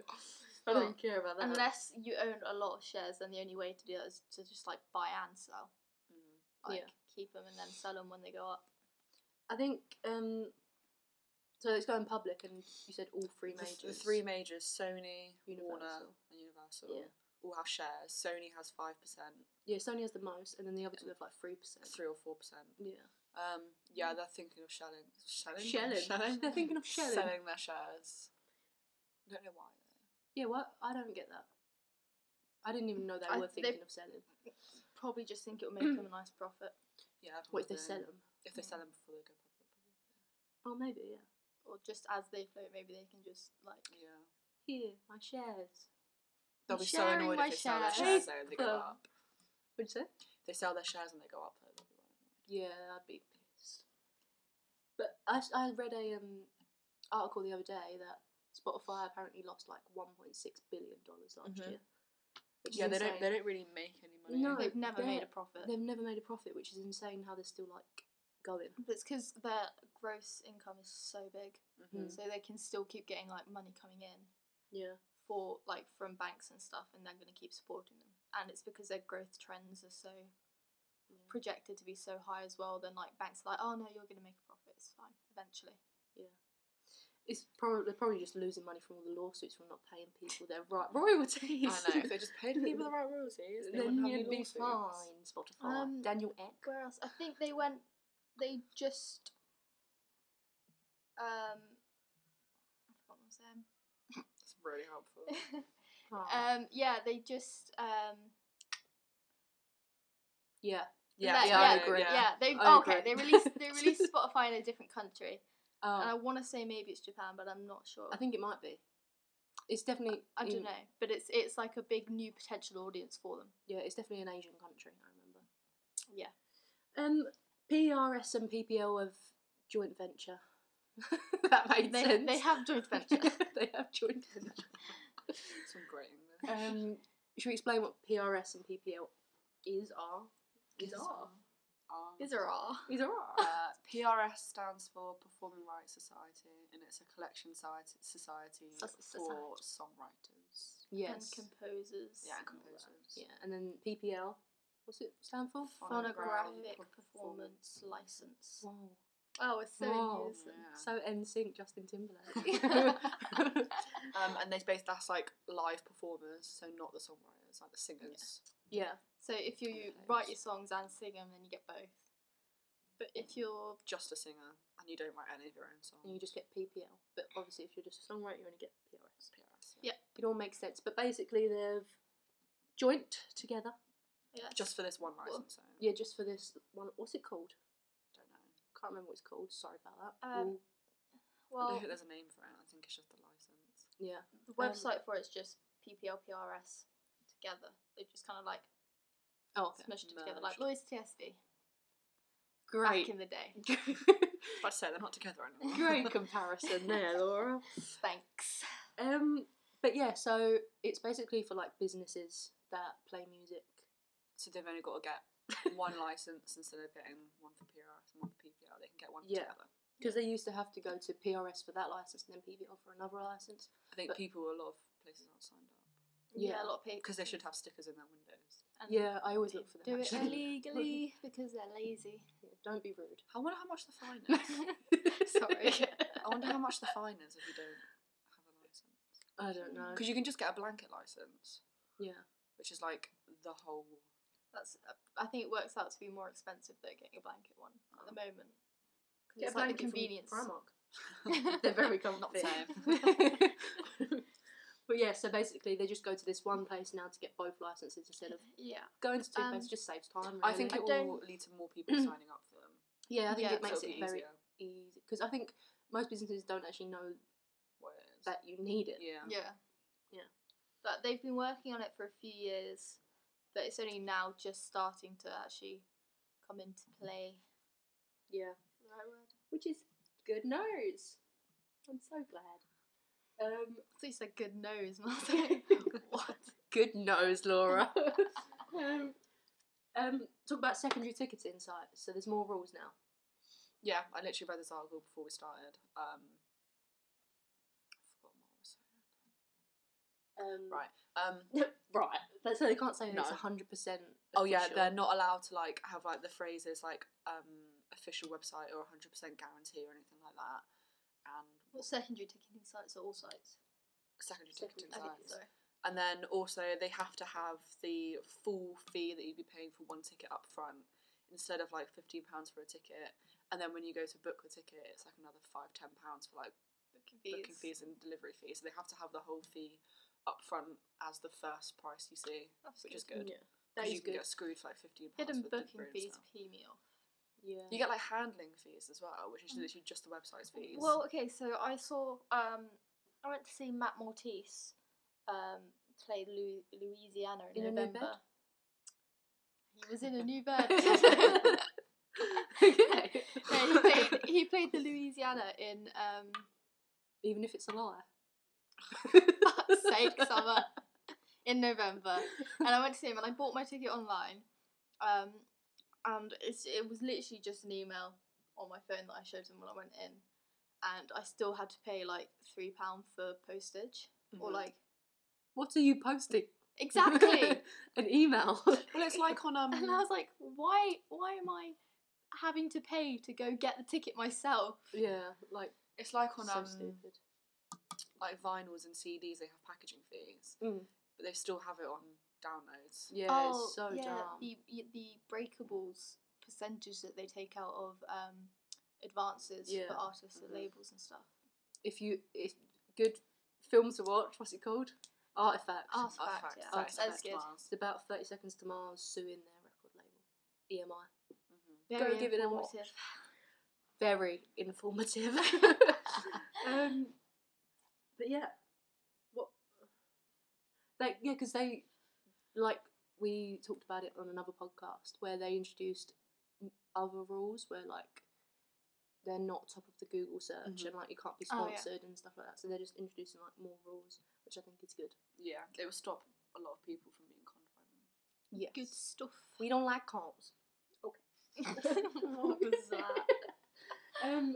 [SPEAKER 1] Well,
[SPEAKER 3] don't care about that.
[SPEAKER 1] Unless you own a lot of shares, then the only way to do that is to just like buy and sell.
[SPEAKER 3] Mm.
[SPEAKER 1] Like
[SPEAKER 3] Yeah.
[SPEAKER 1] keep them and then sell them when they go up.
[SPEAKER 3] I think um, so. It's going public, and you said all three
[SPEAKER 2] The
[SPEAKER 3] majors.
[SPEAKER 2] th- The three majors, Sony, Warner,
[SPEAKER 3] Universal.
[SPEAKER 2] and Universal,
[SPEAKER 3] Yeah.
[SPEAKER 2] all have shares. Sony has five percent,
[SPEAKER 3] Yeah, Sony has the most, and then the other two have like three percent.
[SPEAKER 2] three or four percent.
[SPEAKER 3] Yeah.
[SPEAKER 2] Um, yeah, they're thinking of shelling, shelling,
[SPEAKER 3] Shelling. They're thinking of shelling.
[SPEAKER 2] selling their shares. I don't know why though.
[SPEAKER 3] Yeah. What? I don't get that. I didn't even know they
[SPEAKER 1] I-
[SPEAKER 3] were
[SPEAKER 1] they-
[SPEAKER 3] thinking of selling.
[SPEAKER 1] Probably just think it will make them a nice profit.
[SPEAKER 2] Yeah,
[SPEAKER 3] What if they
[SPEAKER 2] probably.
[SPEAKER 3] sell them?
[SPEAKER 2] If they sell them before they go public,
[SPEAKER 3] Oh, maybe yeah.
[SPEAKER 1] Or just as they float, maybe they can just like
[SPEAKER 2] probably. Yeah,
[SPEAKER 3] Here, my shares.
[SPEAKER 2] they'll
[SPEAKER 1] I'm
[SPEAKER 2] be so annoyed
[SPEAKER 1] sharing
[SPEAKER 2] if they sell their
[SPEAKER 1] my
[SPEAKER 2] shares
[SPEAKER 3] shares.
[SPEAKER 2] though and they go
[SPEAKER 3] Well.
[SPEAKER 2] up.
[SPEAKER 3] What'd you say?
[SPEAKER 2] They sell their shares and they go up though. They'll be well annoyed.
[SPEAKER 3] Yeah, I'd be pissed. But I, s- I read a um article the other day that Spotify apparently lost like one point six billion dollars last
[SPEAKER 2] Mhm.
[SPEAKER 3] year. Which
[SPEAKER 2] Yeah,
[SPEAKER 3] is
[SPEAKER 2] they
[SPEAKER 3] insane.
[SPEAKER 2] don't. They don't really make any money.
[SPEAKER 3] No,
[SPEAKER 1] they've never
[SPEAKER 3] they're-
[SPEAKER 1] made a profit.
[SPEAKER 3] They've never made a profit, which is insane. How they're still like going.
[SPEAKER 1] But it's because their gross income is so big,
[SPEAKER 2] Mhm.
[SPEAKER 1] so they can still keep getting like money coming in
[SPEAKER 3] Yeah,
[SPEAKER 1] for like from banks and stuff, and they're going to keep supporting them. And it's because their growth trends are so projected to be so high as well. Then like banks are like, oh no, you're going to make a profit. It's fine eventually.
[SPEAKER 3] it's probably they're probably just losing money from all the lawsuits from not paying people their right royalties.
[SPEAKER 2] I know. If they just paid people the right royalties, they
[SPEAKER 3] then
[SPEAKER 2] wouldn't have any
[SPEAKER 3] you'd be
[SPEAKER 2] lawsuits.
[SPEAKER 3] fine. Spotify,
[SPEAKER 1] Um,
[SPEAKER 3] Daniel Eck.
[SPEAKER 1] Where else? I think they went. They just. Um. I forgot what I was saying.
[SPEAKER 2] It's really helpful. uh,
[SPEAKER 3] Oh,
[SPEAKER 1] um. Yeah, they just. Um.
[SPEAKER 3] yeah,
[SPEAKER 1] let-
[SPEAKER 3] yeah, I agree.
[SPEAKER 1] Yeah, they. oh,
[SPEAKER 3] I
[SPEAKER 1] okay,
[SPEAKER 3] agree.
[SPEAKER 1] they released. They released Spotify in a different country, and
[SPEAKER 2] uh,
[SPEAKER 1] I
[SPEAKER 3] oh,
[SPEAKER 1] want to say maybe it's Japan, but I'm not sure.
[SPEAKER 3] I think it might be. It's definitely.
[SPEAKER 1] I
[SPEAKER 3] in-
[SPEAKER 1] don't know, but it's it's like a big new potential audience for them.
[SPEAKER 3] Yeah, it's definitely an Asian country. I remember.
[SPEAKER 1] Yeah.
[SPEAKER 3] Um, PRS and PPL have joint venture. that made
[SPEAKER 1] They,
[SPEAKER 3] sense.
[SPEAKER 1] they have joint venture.
[SPEAKER 3] they have joint venture.
[SPEAKER 2] Some great English.
[SPEAKER 3] Um, should we explain what PRS and PPL is? Are
[SPEAKER 2] Is
[SPEAKER 3] are
[SPEAKER 2] Um,
[SPEAKER 1] Is there R?
[SPEAKER 3] is are?
[SPEAKER 2] uh, PRS stands for Performing Rights Society, and it's a collection soci- society
[SPEAKER 1] Soc-
[SPEAKER 2] for songwriters.
[SPEAKER 3] Yes.
[SPEAKER 1] And composers.
[SPEAKER 2] Yeah,
[SPEAKER 1] and all that.
[SPEAKER 2] composers.
[SPEAKER 3] yeah, and then PPL. What's it stand for?
[SPEAKER 1] Phonographic
[SPEAKER 2] Phonograph-
[SPEAKER 1] performance license.
[SPEAKER 3] Wow.
[SPEAKER 1] Oh, it's so
[SPEAKER 3] Wow.
[SPEAKER 1] in unison.
[SPEAKER 2] Yeah.
[SPEAKER 3] So NSYNC, Justin Timberlake.
[SPEAKER 2] Um, and they based that's like live performers, so not the songwriters, like the singers.
[SPEAKER 3] yeah.
[SPEAKER 1] So if you
[SPEAKER 2] Yeah,
[SPEAKER 1] write your
[SPEAKER 2] those.
[SPEAKER 1] songs and sing them, then you get both. But if you're
[SPEAKER 2] just a singer and you don't write any of your own
[SPEAKER 3] and
[SPEAKER 2] songs.
[SPEAKER 3] you just get PPL. But obviously, if you're just a songwriter, you're going to get PRS.
[SPEAKER 2] PRS,
[SPEAKER 1] Yeah.
[SPEAKER 3] It all makes sense. But basically, they've joint together.
[SPEAKER 1] yeah,
[SPEAKER 2] Just for this one
[SPEAKER 1] Well,
[SPEAKER 2] license, so
[SPEAKER 3] Yeah, just for this one. What's it called?
[SPEAKER 2] don't know.
[SPEAKER 3] Can't remember what it's called. Sorry about that.
[SPEAKER 1] Um,
[SPEAKER 3] We'll-
[SPEAKER 2] I
[SPEAKER 1] well,
[SPEAKER 2] don't think there's a name for it. I think it's just the license.
[SPEAKER 3] yeah.
[SPEAKER 1] the website for it's just PPLPRS together. They just kind of like
[SPEAKER 3] Oh, okay.
[SPEAKER 1] smushed it together, like
[SPEAKER 2] merged.
[SPEAKER 1] Lloyd's TSB back in the day.
[SPEAKER 2] If I say they're not together anymore.
[SPEAKER 3] Great comparison there, Laura.
[SPEAKER 1] Thanks.
[SPEAKER 3] Um, but yeah, so it's basically for like businesses that play music.
[SPEAKER 2] so they've only got to get one license instead of getting one for PRS and one for PPL. They can get one
[SPEAKER 3] Yeah.
[SPEAKER 2] together.
[SPEAKER 3] Because they used to have to go to PRS for that license and then PVL for another license.
[SPEAKER 2] I think
[SPEAKER 3] But-
[SPEAKER 2] people, a lot of places aren't signed up
[SPEAKER 1] Yeah, a
[SPEAKER 3] Yeah.
[SPEAKER 1] lot of people
[SPEAKER 2] because they should have stickers in their windows.
[SPEAKER 1] and
[SPEAKER 3] Yeah, I always look for them.
[SPEAKER 1] do it
[SPEAKER 3] actually.
[SPEAKER 1] illegally because they're lazy.
[SPEAKER 3] Yeah, don't be rude.
[SPEAKER 2] I wonder how much the fine is.
[SPEAKER 1] Sorry.
[SPEAKER 2] I wonder how much the fine is if you don't have a license.
[SPEAKER 3] I don't know.
[SPEAKER 2] Because you can just get a blanket license,
[SPEAKER 3] Yeah.
[SPEAKER 2] which is like the whole.
[SPEAKER 1] That's. I think it works out to be more expensive though getting a blanket one at the moment. 'Cause
[SPEAKER 3] Get
[SPEAKER 1] it's
[SPEAKER 3] a
[SPEAKER 1] like the
[SPEAKER 3] blanket from
[SPEAKER 1] convenience.
[SPEAKER 3] Primark. They're very comfy. but yeah, so basically they just go to this one place now to get both licenses instead of
[SPEAKER 1] yeah.
[SPEAKER 3] going to two
[SPEAKER 1] Um,
[SPEAKER 3] places. Just saves time.
[SPEAKER 2] I think
[SPEAKER 3] really.
[SPEAKER 2] it
[SPEAKER 1] I
[SPEAKER 2] will lead to more people signing up for them.
[SPEAKER 3] yeah, I think
[SPEAKER 1] yeah,
[SPEAKER 3] it makes
[SPEAKER 2] so
[SPEAKER 3] it
[SPEAKER 2] it'll be
[SPEAKER 3] very
[SPEAKER 2] easier.
[SPEAKER 3] easy because I think most businesses don't actually know
[SPEAKER 2] What it is.
[SPEAKER 3] that you need it.
[SPEAKER 2] yeah.
[SPEAKER 1] Yeah.
[SPEAKER 3] Yeah.
[SPEAKER 1] But they've been working on it for a few years, but it's only now just starting to actually come into play.
[SPEAKER 3] Yeah.
[SPEAKER 1] Is that The right word?
[SPEAKER 3] Which is good news. I'm so glad. Um,
[SPEAKER 1] I thought you said good nose, Martin. what?
[SPEAKER 3] good nose, Laura. um, um, talk about secondary ticketing sites. So there's more rules now.
[SPEAKER 2] Yeah, I literally read this article before we started. Um, I forgot what I was saying.
[SPEAKER 3] Um,
[SPEAKER 2] Right. Um,
[SPEAKER 3] right. That's so they can't say
[SPEAKER 2] No.
[SPEAKER 3] it's hundred percent.
[SPEAKER 2] oh yeah, they're not allowed to like have like the phrases like um official website or hundred percent guarantee or anything like that. And
[SPEAKER 1] Well, secondary ticketing sites are all sites.
[SPEAKER 2] secondary
[SPEAKER 3] Secondary
[SPEAKER 2] ticketing
[SPEAKER 1] Okay,
[SPEAKER 2] sites.
[SPEAKER 1] sorry.
[SPEAKER 2] And then also they have to have the full fee that you'd be paying for one ticket up front instead of like fifteen pounds for a ticket. And then when you go to book the ticket, it's like another five ten pounds for like
[SPEAKER 1] Booking fees.
[SPEAKER 2] booking fees and delivery fees. So they have to have the whole fee up front as the first price you see,
[SPEAKER 1] That's
[SPEAKER 2] which
[SPEAKER 1] good.
[SPEAKER 2] is good.
[SPEAKER 3] Yeah,
[SPEAKER 2] 'Cause
[SPEAKER 3] that is
[SPEAKER 2] you can
[SPEAKER 3] good.
[SPEAKER 2] get screwed for like fifteen pounds.
[SPEAKER 1] Hidden
[SPEAKER 2] with
[SPEAKER 1] booking
[SPEAKER 2] delivery and
[SPEAKER 1] fees
[SPEAKER 2] stuff.
[SPEAKER 1] pee me off.
[SPEAKER 3] Yeah.
[SPEAKER 2] You get like handling fees as well, which is
[SPEAKER 1] Mm.
[SPEAKER 2] literally just the website's fees.
[SPEAKER 1] Well, okay, so I saw um I went to see Matt Maltese um play Lu- Louisiana in,
[SPEAKER 3] In a new
[SPEAKER 1] November.
[SPEAKER 3] bed?
[SPEAKER 1] He was in a new bed.
[SPEAKER 3] okay.
[SPEAKER 1] no, he played he played the Louisiana in um
[SPEAKER 3] Even if it's a lie.
[SPEAKER 1] fuck's sake summer in November. And I went to see him and I bought my ticket online. Um and it's, it was literally just an email on my phone that I showed him when I went in. And I still had to pay like £3 for postage. Or
[SPEAKER 2] Mhm.
[SPEAKER 1] like
[SPEAKER 3] What are you posting?
[SPEAKER 1] Exactly.
[SPEAKER 3] An email.
[SPEAKER 2] well, it's like on um.
[SPEAKER 1] and I was like, why why am I having to pay to go get the ticket myself?
[SPEAKER 3] yeah, like
[SPEAKER 2] It's like on
[SPEAKER 3] so
[SPEAKER 2] um
[SPEAKER 3] stupid.
[SPEAKER 2] like vinyls and CDs. They have packaging fees,
[SPEAKER 3] Mm.
[SPEAKER 2] but they still have it on downloads.
[SPEAKER 3] Yeah, it's so dumb.
[SPEAKER 1] Oh, The y- the breakables percentage that they take out of um, advances
[SPEAKER 3] Yeah. Mm-hmm.
[SPEAKER 1] for artists and
[SPEAKER 2] Mhm.
[SPEAKER 1] labels and stuff.
[SPEAKER 3] If you, if good film to watch. What's it called? Artifact.
[SPEAKER 1] Artifact, yeah.
[SPEAKER 3] Artifact,
[SPEAKER 1] That's good.
[SPEAKER 3] It's about Thirty Seconds to Mars suing their record label, E EMI.
[SPEAKER 2] Mm-hmm.
[SPEAKER 1] Very
[SPEAKER 3] give it a watch.
[SPEAKER 1] informative.
[SPEAKER 3] Very informative. um, but yeah, what? Like yeah, because they like we talked about it on another podcast where they introduced m- other rules where like they're not top of the Google search
[SPEAKER 2] Mhm.
[SPEAKER 3] and like you can't be
[SPEAKER 1] Oh, yeah.
[SPEAKER 3] sponsored and stuff like that. So they're just introducing like more rules, which I think is good.
[SPEAKER 2] Yeah, it will stop a lot of people from being conned by them.
[SPEAKER 3] Yeah,
[SPEAKER 1] Good stuff.
[SPEAKER 3] We don't like comps.
[SPEAKER 1] what was that?
[SPEAKER 3] Um,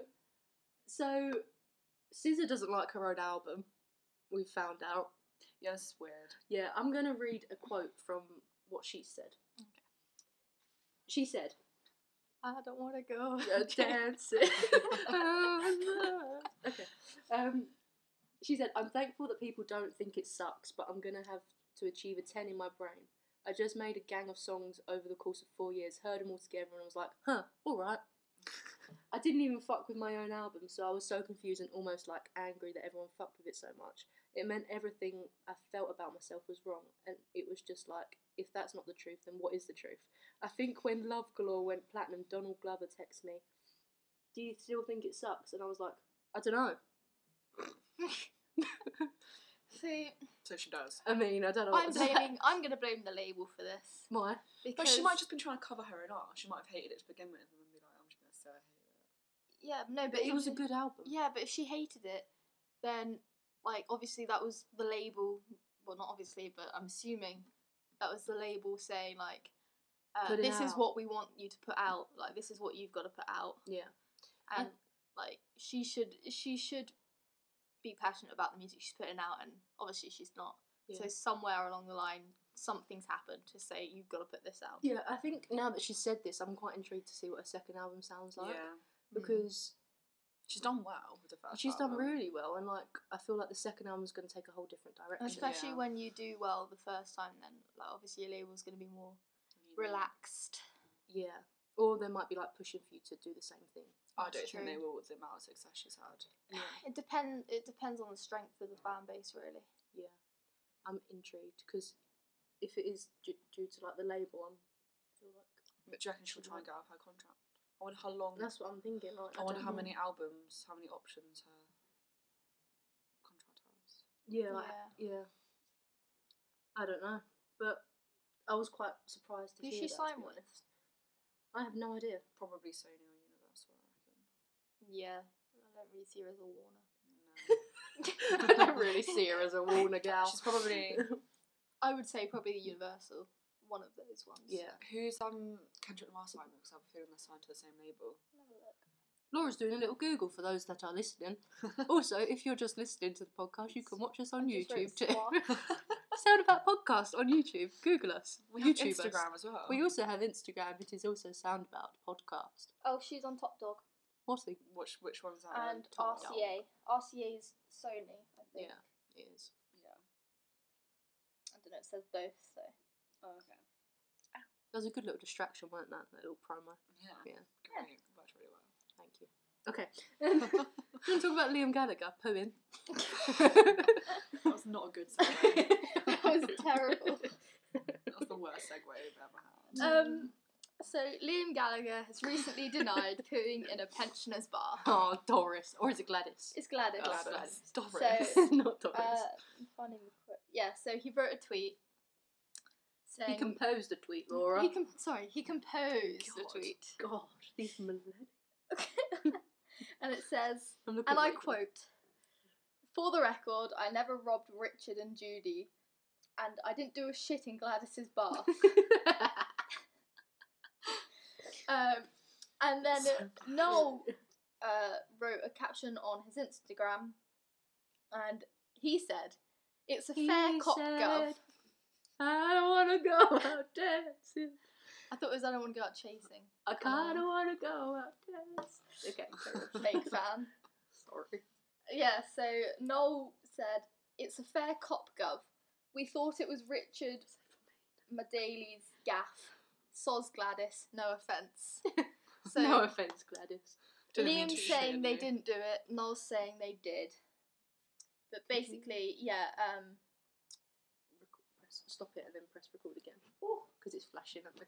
[SPEAKER 3] so Scissor doesn't like her own album. We found out.
[SPEAKER 2] Yeah, this is weird.
[SPEAKER 3] Yeah, I'm going to read a quote from what she said.
[SPEAKER 1] Okay.
[SPEAKER 3] She said,
[SPEAKER 1] I don't want to go.
[SPEAKER 3] dancing. okay. Um, she said, I'm thankful that people don't think it sucks, but I'm going to have to achieve a 10 in my brain. I just made a gang of songs over the course of four years, heard them all together, and I was like, huh, alright, I didn't even fuck with my own album, so I was so confused and almost like angry that everyone fucked with it so much. It meant everything I felt about myself was wrong, and it was just like, if that's not the truth, then what is the truth? I think when Love Galore went platinum, Donald Glover texted me, Do you still think it sucks? And I was like, I don't know.
[SPEAKER 1] See,
[SPEAKER 2] So she does.
[SPEAKER 3] I mean, I don't know.
[SPEAKER 1] I'm
[SPEAKER 3] what to say.
[SPEAKER 1] blaming. I'm gonna blame the label for this
[SPEAKER 3] Why?
[SPEAKER 1] because
[SPEAKER 2] But she might have just been trying to cover her own ass. She might have hated it to begin with and then be like, I'm just going to say I hate it.
[SPEAKER 1] yeah no, but
[SPEAKER 3] But it was a
[SPEAKER 1] if-
[SPEAKER 3] good album.
[SPEAKER 1] Yeah, but if she hated it, then like obviously that was the label. Well, not obviously, but I'm assuming that was the label saying like, uh,
[SPEAKER 3] Put it
[SPEAKER 1] "This is
[SPEAKER 3] out.
[SPEAKER 1] what we want you to put out. Like this is what you've got to put out."
[SPEAKER 3] Yeah.
[SPEAKER 1] And
[SPEAKER 3] And-
[SPEAKER 1] like she should, she should be passionate about the music she's putting out, and obviously she's not. So
[SPEAKER 3] Yeah.
[SPEAKER 1] somewhere along the line, something's happened to say you've got to put this out.
[SPEAKER 3] Yeah, I think now that she said this, I'm quite intrigued to see what her second album sounds like.
[SPEAKER 2] yeah.
[SPEAKER 1] Mm.
[SPEAKER 3] Because
[SPEAKER 2] She's done well with the first
[SPEAKER 3] she's done
[SPEAKER 2] album.
[SPEAKER 3] really well, and like, I feel like the second album's going to take a whole different direction.
[SPEAKER 1] And especially
[SPEAKER 2] Yeah.
[SPEAKER 1] when you do well the first time, then like obviously your label's going to be more
[SPEAKER 2] You know.
[SPEAKER 1] relaxed.
[SPEAKER 3] Yeah. Or they might be like pushing for you to do the same thing.
[SPEAKER 2] I
[SPEAKER 1] That's
[SPEAKER 2] don't think they
[SPEAKER 1] true.
[SPEAKER 2] will with the amount of success she's had.
[SPEAKER 1] It depend. It depends on the strength of the fan base, really.
[SPEAKER 3] Yeah. I'm intrigued because if it is d- due to like the label, I'm feel like
[SPEAKER 2] But do you reckon she'll try and get out of her contract? I wonder how long.
[SPEAKER 3] that's what I'm thinking. Like,
[SPEAKER 2] Mm. I wonder
[SPEAKER 3] don't
[SPEAKER 2] how
[SPEAKER 3] know.
[SPEAKER 2] many albums, how many options her contract has.
[SPEAKER 3] Yeah, like, yeah. I don't know, but I was quite surprised to
[SPEAKER 1] Who's
[SPEAKER 3] hear
[SPEAKER 1] she
[SPEAKER 3] that, to
[SPEAKER 1] signed
[SPEAKER 3] be
[SPEAKER 1] with?
[SPEAKER 3] honest. I have no idea.
[SPEAKER 2] Probably Sony or Universal, I reckon.
[SPEAKER 1] Yeah, I don't really see her as a Warner.
[SPEAKER 2] No.
[SPEAKER 3] I don't really see her as a Warner gal.
[SPEAKER 2] she's probably.
[SPEAKER 1] I would say probably the Universal, one of those ones.
[SPEAKER 3] yeah.
[SPEAKER 2] Who's um Kendrick Lamar signed with? Because I have a feeling they're signed to the same label.
[SPEAKER 1] Have a look.
[SPEAKER 3] Laura's doing a little Google for those that are listening. also, if you're just listening to the podcast, you can watch us on
[SPEAKER 1] I just wrote
[SPEAKER 3] YouTube too.
[SPEAKER 1] squat.
[SPEAKER 3] Sound About Podcast on YouTube. Google us.
[SPEAKER 2] We have
[SPEAKER 3] YouTube us.
[SPEAKER 2] Instagram as well.
[SPEAKER 3] We also have Instagram, it is also Soundabout Podcast.
[SPEAKER 1] oh, she's on Top Dog
[SPEAKER 3] What a
[SPEAKER 2] which which one's that?
[SPEAKER 1] and
[SPEAKER 2] Top Dog.
[SPEAKER 1] RCA. RCA's Sony, I think.
[SPEAKER 3] Yeah, it is.
[SPEAKER 2] Yeah.
[SPEAKER 1] I don't know. It says both, so
[SPEAKER 2] Oh, okay.
[SPEAKER 3] That was a good little distraction, weren't that? That little promo.
[SPEAKER 2] Yeah.
[SPEAKER 3] Yeah,
[SPEAKER 2] Great. Worked really well.
[SPEAKER 3] thank you. Okay. Um, We're going to talk about Liam Gallagher poem.
[SPEAKER 2] That was not a good segue.
[SPEAKER 1] that was terrible.
[SPEAKER 2] that was the worst segue we've ever had.
[SPEAKER 1] Um, so Liam Gallagher has recently denied pooing in a pensioner's bar.
[SPEAKER 3] oh, Doris. Or is it Gladys?
[SPEAKER 1] It's Gladys.
[SPEAKER 2] Oh,
[SPEAKER 3] Gladys.
[SPEAKER 2] Gladys.
[SPEAKER 1] Doris. So-
[SPEAKER 3] Not Doris.
[SPEAKER 1] Uh, I'm finding the quote. Yeah, so he wrote a tweet saying
[SPEAKER 3] he composed a tweet, Laura.
[SPEAKER 1] he com- sorry, he composed
[SPEAKER 2] God.
[SPEAKER 1] a tweet,
[SPEAKER 3] God, these millennials.
[SPEAKER 1] and it says,
[SPEAKER 3] I'm looking
[SPEAKER 1] and I
[SPEAKER 3] at Rachel.
[SPEAKER 1] quote: "For the record, I never robbed Richard and Judy, and I didn't do a shit in Gladys's bar." um, and then Noel uh, wrote a caption on his Instagram, and he said, "It's a fair
[SPEAKER 3] He
[SPEAKER 1] cop gov."
[SPEAKER 3] said, I don't want to go out dancing.
[SPEAKER 1] I thought it was I don't want to go out chasing.
[SPEAKER 3] I kind of
[SPEAKER 1] Um,
[SPEAKER 3] want to go out dancing. Okay, carry on.
[SPEAKER 1] Fake fan.
[SPEAKER 3] sorry.
[SPEAKER 1] Yeah, so Noel said, It's a fair cop gov. We thought it was Richard Madaley's gaff. Soz Gladys, no offence. So
[SPEAKER 3] no offense, Gladys.
[SPEAKER 2] Didn't mean to
[SPEAKER 1] Liam's
[SPEAKER 2] shit
[SPEAKER 1] saying
[SPEAKER 2] on
[SPEAKER 1] they
[SPEAKER 2] you.
[SPEAKER 1] didn't do it, Noel's saying they did. But basically, yeah, um
[SPEAKER 3] Rec- press- Stop it and then press record again
[SPEAKER 1] ooh,
[SPEAKER 3] because it's flashing at me.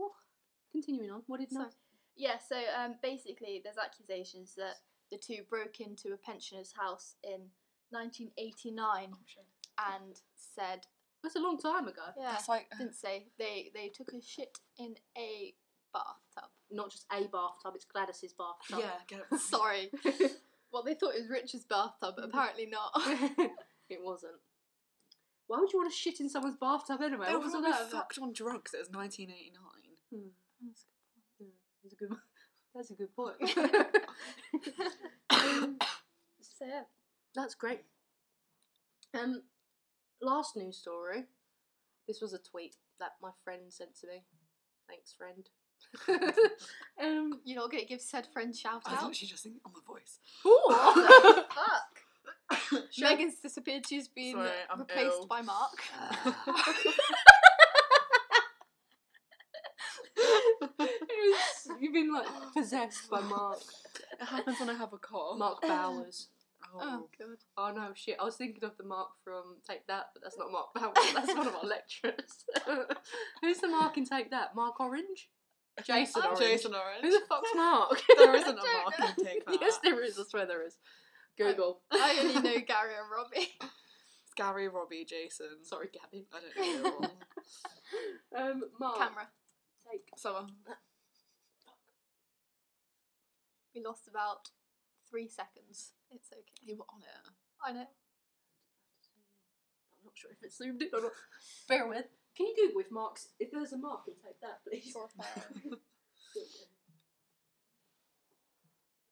[SPEAKER 1] ooh,
[SPEAKER 3] Continuing on, what did
[SPEAKER 1] sorry.
[SPEAKER 3] Noel?
[SPEAKER 1] yeah, so um basically there's accusations that the two broke into a pensioner's house in nineteen eighty nine
[SPEAKER 2] Oh, shit.
[SPEAKER 1] and said
[SPEAKER 3] That's a long time ago.
[SPEAKER 1] Yeah.
[SPEAKER 2] That's like
[SPEAKER 1] didn't say they they took a shit in a bathtub.
[SPEAKER 3] Not just a bathtub; it's Gladys's bathtub.
[SPEAKER 2] yeah. Get it.
[SPEAKER 1] Sorry. well, they thought it was Richard's bathtub, but apparently not.
[SPEAKER 3] it wasn't. Why would you want to shit in someone's bathtub anyway?
[SPEAKER 2] They
[SPEAKER 3] What
[SPEAKER 2] were
[SPEAKER 3] was all
[SPEAKER 2] probably
[SPEAKER 3] that about?
[SPEAKER 2] fucked on drugs. It was 1989.
[SPEAKER 3] Hmm. That's a good. That's a good point. Um,
[SPEAKER 1] so yeah,
[SPEAKER 3] that's great. Um, last news story. This was a tweet that my friend sent to me. Thanks, friend. um,
[SPEAKER 1] you're not gonna give said friend shout
[SPEAKER 2] I
[SPEAKER 1] out.
[SPEAKER 2] was she just singing on the voice.
[SPEAKER 3] ooh.
[SPEAKER 1] Fuck.
[SPEAKER 3] Shall-
[SPEAKER 1] Megan's disappeared. She's been
[SPEAKER 2] Sorry, I'm
[SPEAKER 1] replaced
[SPEAKER 2] ill.
[SPEAKER 1] by Mark.
[SPEAKER 3] it was You've been like possessed by Mark.
[SPEAKER 2] It happens when I have a cough.
[SPEAKER 3] Mark Bowers.
[SPEAKER 2] Oh.
[SPEAKER 1] Oh, good.
[SPEAKER 3] Oh no, shit! I was thinking of the Mark from Take That, but that's not Mark Bowers. That's one of our lecturers. Who's the Mark in Take That? Mark Orange? Jason
[SPEAKER 1] I'm
[SPEAKER 3] Orange.
[SPEAKER 2] Jason
[SPEAKER 3] Who
[SPEAKER 2] Orange.
[SPEAKER 3] the fuck's Mark?
[SPEAKER 2] there isn't a
[SPEAKER 1] I
[SPEAKER 2] Mark
[SPEAKER 1] don't
[SPEAKER 2] in Take That.
[SPEAKER 3] yes, there is. I swear there is. Google.
[SPEAKER 1] I only know Gary and Robbie.
[SPEAKER 2] Gary, Robbie, Jason.
[SPEAKER 3] Sorry, Gabby.
[SPEAKER 2] I don't know. they're all-
[SPEAKER 3] Um, Mark.
[SPEAKER 1] Camera.
[SPEAKER 3] Take.
[SPEAKER 2] Summer.
[SPEAKER 1] We lost about three seconds. It's okay.
[SPEAKER 2] You were on it.
[SPEAKER 1] I know.
[SPEAKER 3] I'm not sure if it's zoomed in or not. Bear with. Can you do it with marks? If there's a mark, in Take That, please.
[SPEAKER 1] Sure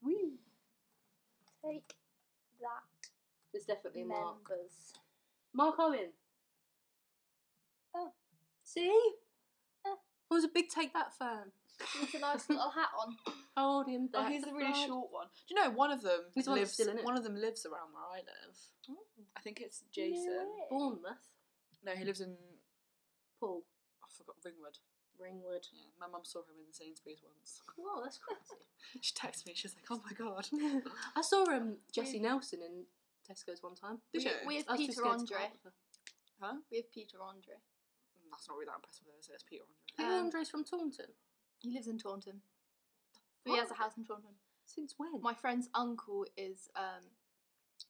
[SPEAKER 3] Woo.
[SPEAKER 1] Take that,
[SPEAKER 3] It's definitely a Mark.
[SPEAKER 1] members.
[SPEAKER 3] Mark Owen.
[SPEAKER 1] Oh.
[SPEAKER 3] See?
[SPEAKER 1] Oh.
[SPEAKER 3] I was a big Take That fan.
[SPEAKER 1] With a nice little hat on.
[SPEAKER 3] Hold him
[SPEAKER 2] Oh,
[SPEAKER 3] back.
[SPEAKER 2] he's the really
[SPEAKER 3] Right.
[SPEAKER 2] short one. Do you know one of them
[SPEAKER 3] He's the one that's
[SPEAKER 2] lives?
[SPEAKER 3] still in it.
[SPEAKER 2] One of them lives around where I live. I think it's Jason.
[SPEAKER 1] No way.
[SPEAKER 3] Bournemouth.
[SPEAKER 2] No, he lives in I
[SPEAKER 3] Paul.
[SPEAKER 2] forgot Ringwood.
[SPEAKER 3] Ringwood.
[SPEAKER 2] Yeah, my mum saw him in the Sainsbury's once.
[SPEAKER 3] Wow, Oh, that's crazy.
[SPEAKER 2] She texted me. She's like, "Oh my god."
[SPEAKER 3] I saw um, Jesse Nelson in Tesco's one time.
[SPEAKER 2] Did you?
[SPEAKER 1] We
[SPEAKER 3] I
[SPEAKER 1] have
[SPEAKER 3] was too
[SPEAKER 1] Peter
[SPEAKER 3] scared to go
[SPEAKER 1] Andre.
[SPEAKER 3] out with her.
[SPEAKER 2] huh? Mm,
[SPEAKER 1] We have Peter Andre.
[SPEAKER 2] That's not really that impressive. Though, is it? It's Peter Andre.
[SPEAKER 3] Peter
[SPEAKER 1] Um,
[SPEAKER 3] Andre's from Taunton.
[SPEAKER 1] He lives in Taunton. He has a house in Taunton.
[SPEAKER 3] Since when?
[SPEAKER 1] My friend's uncle is um,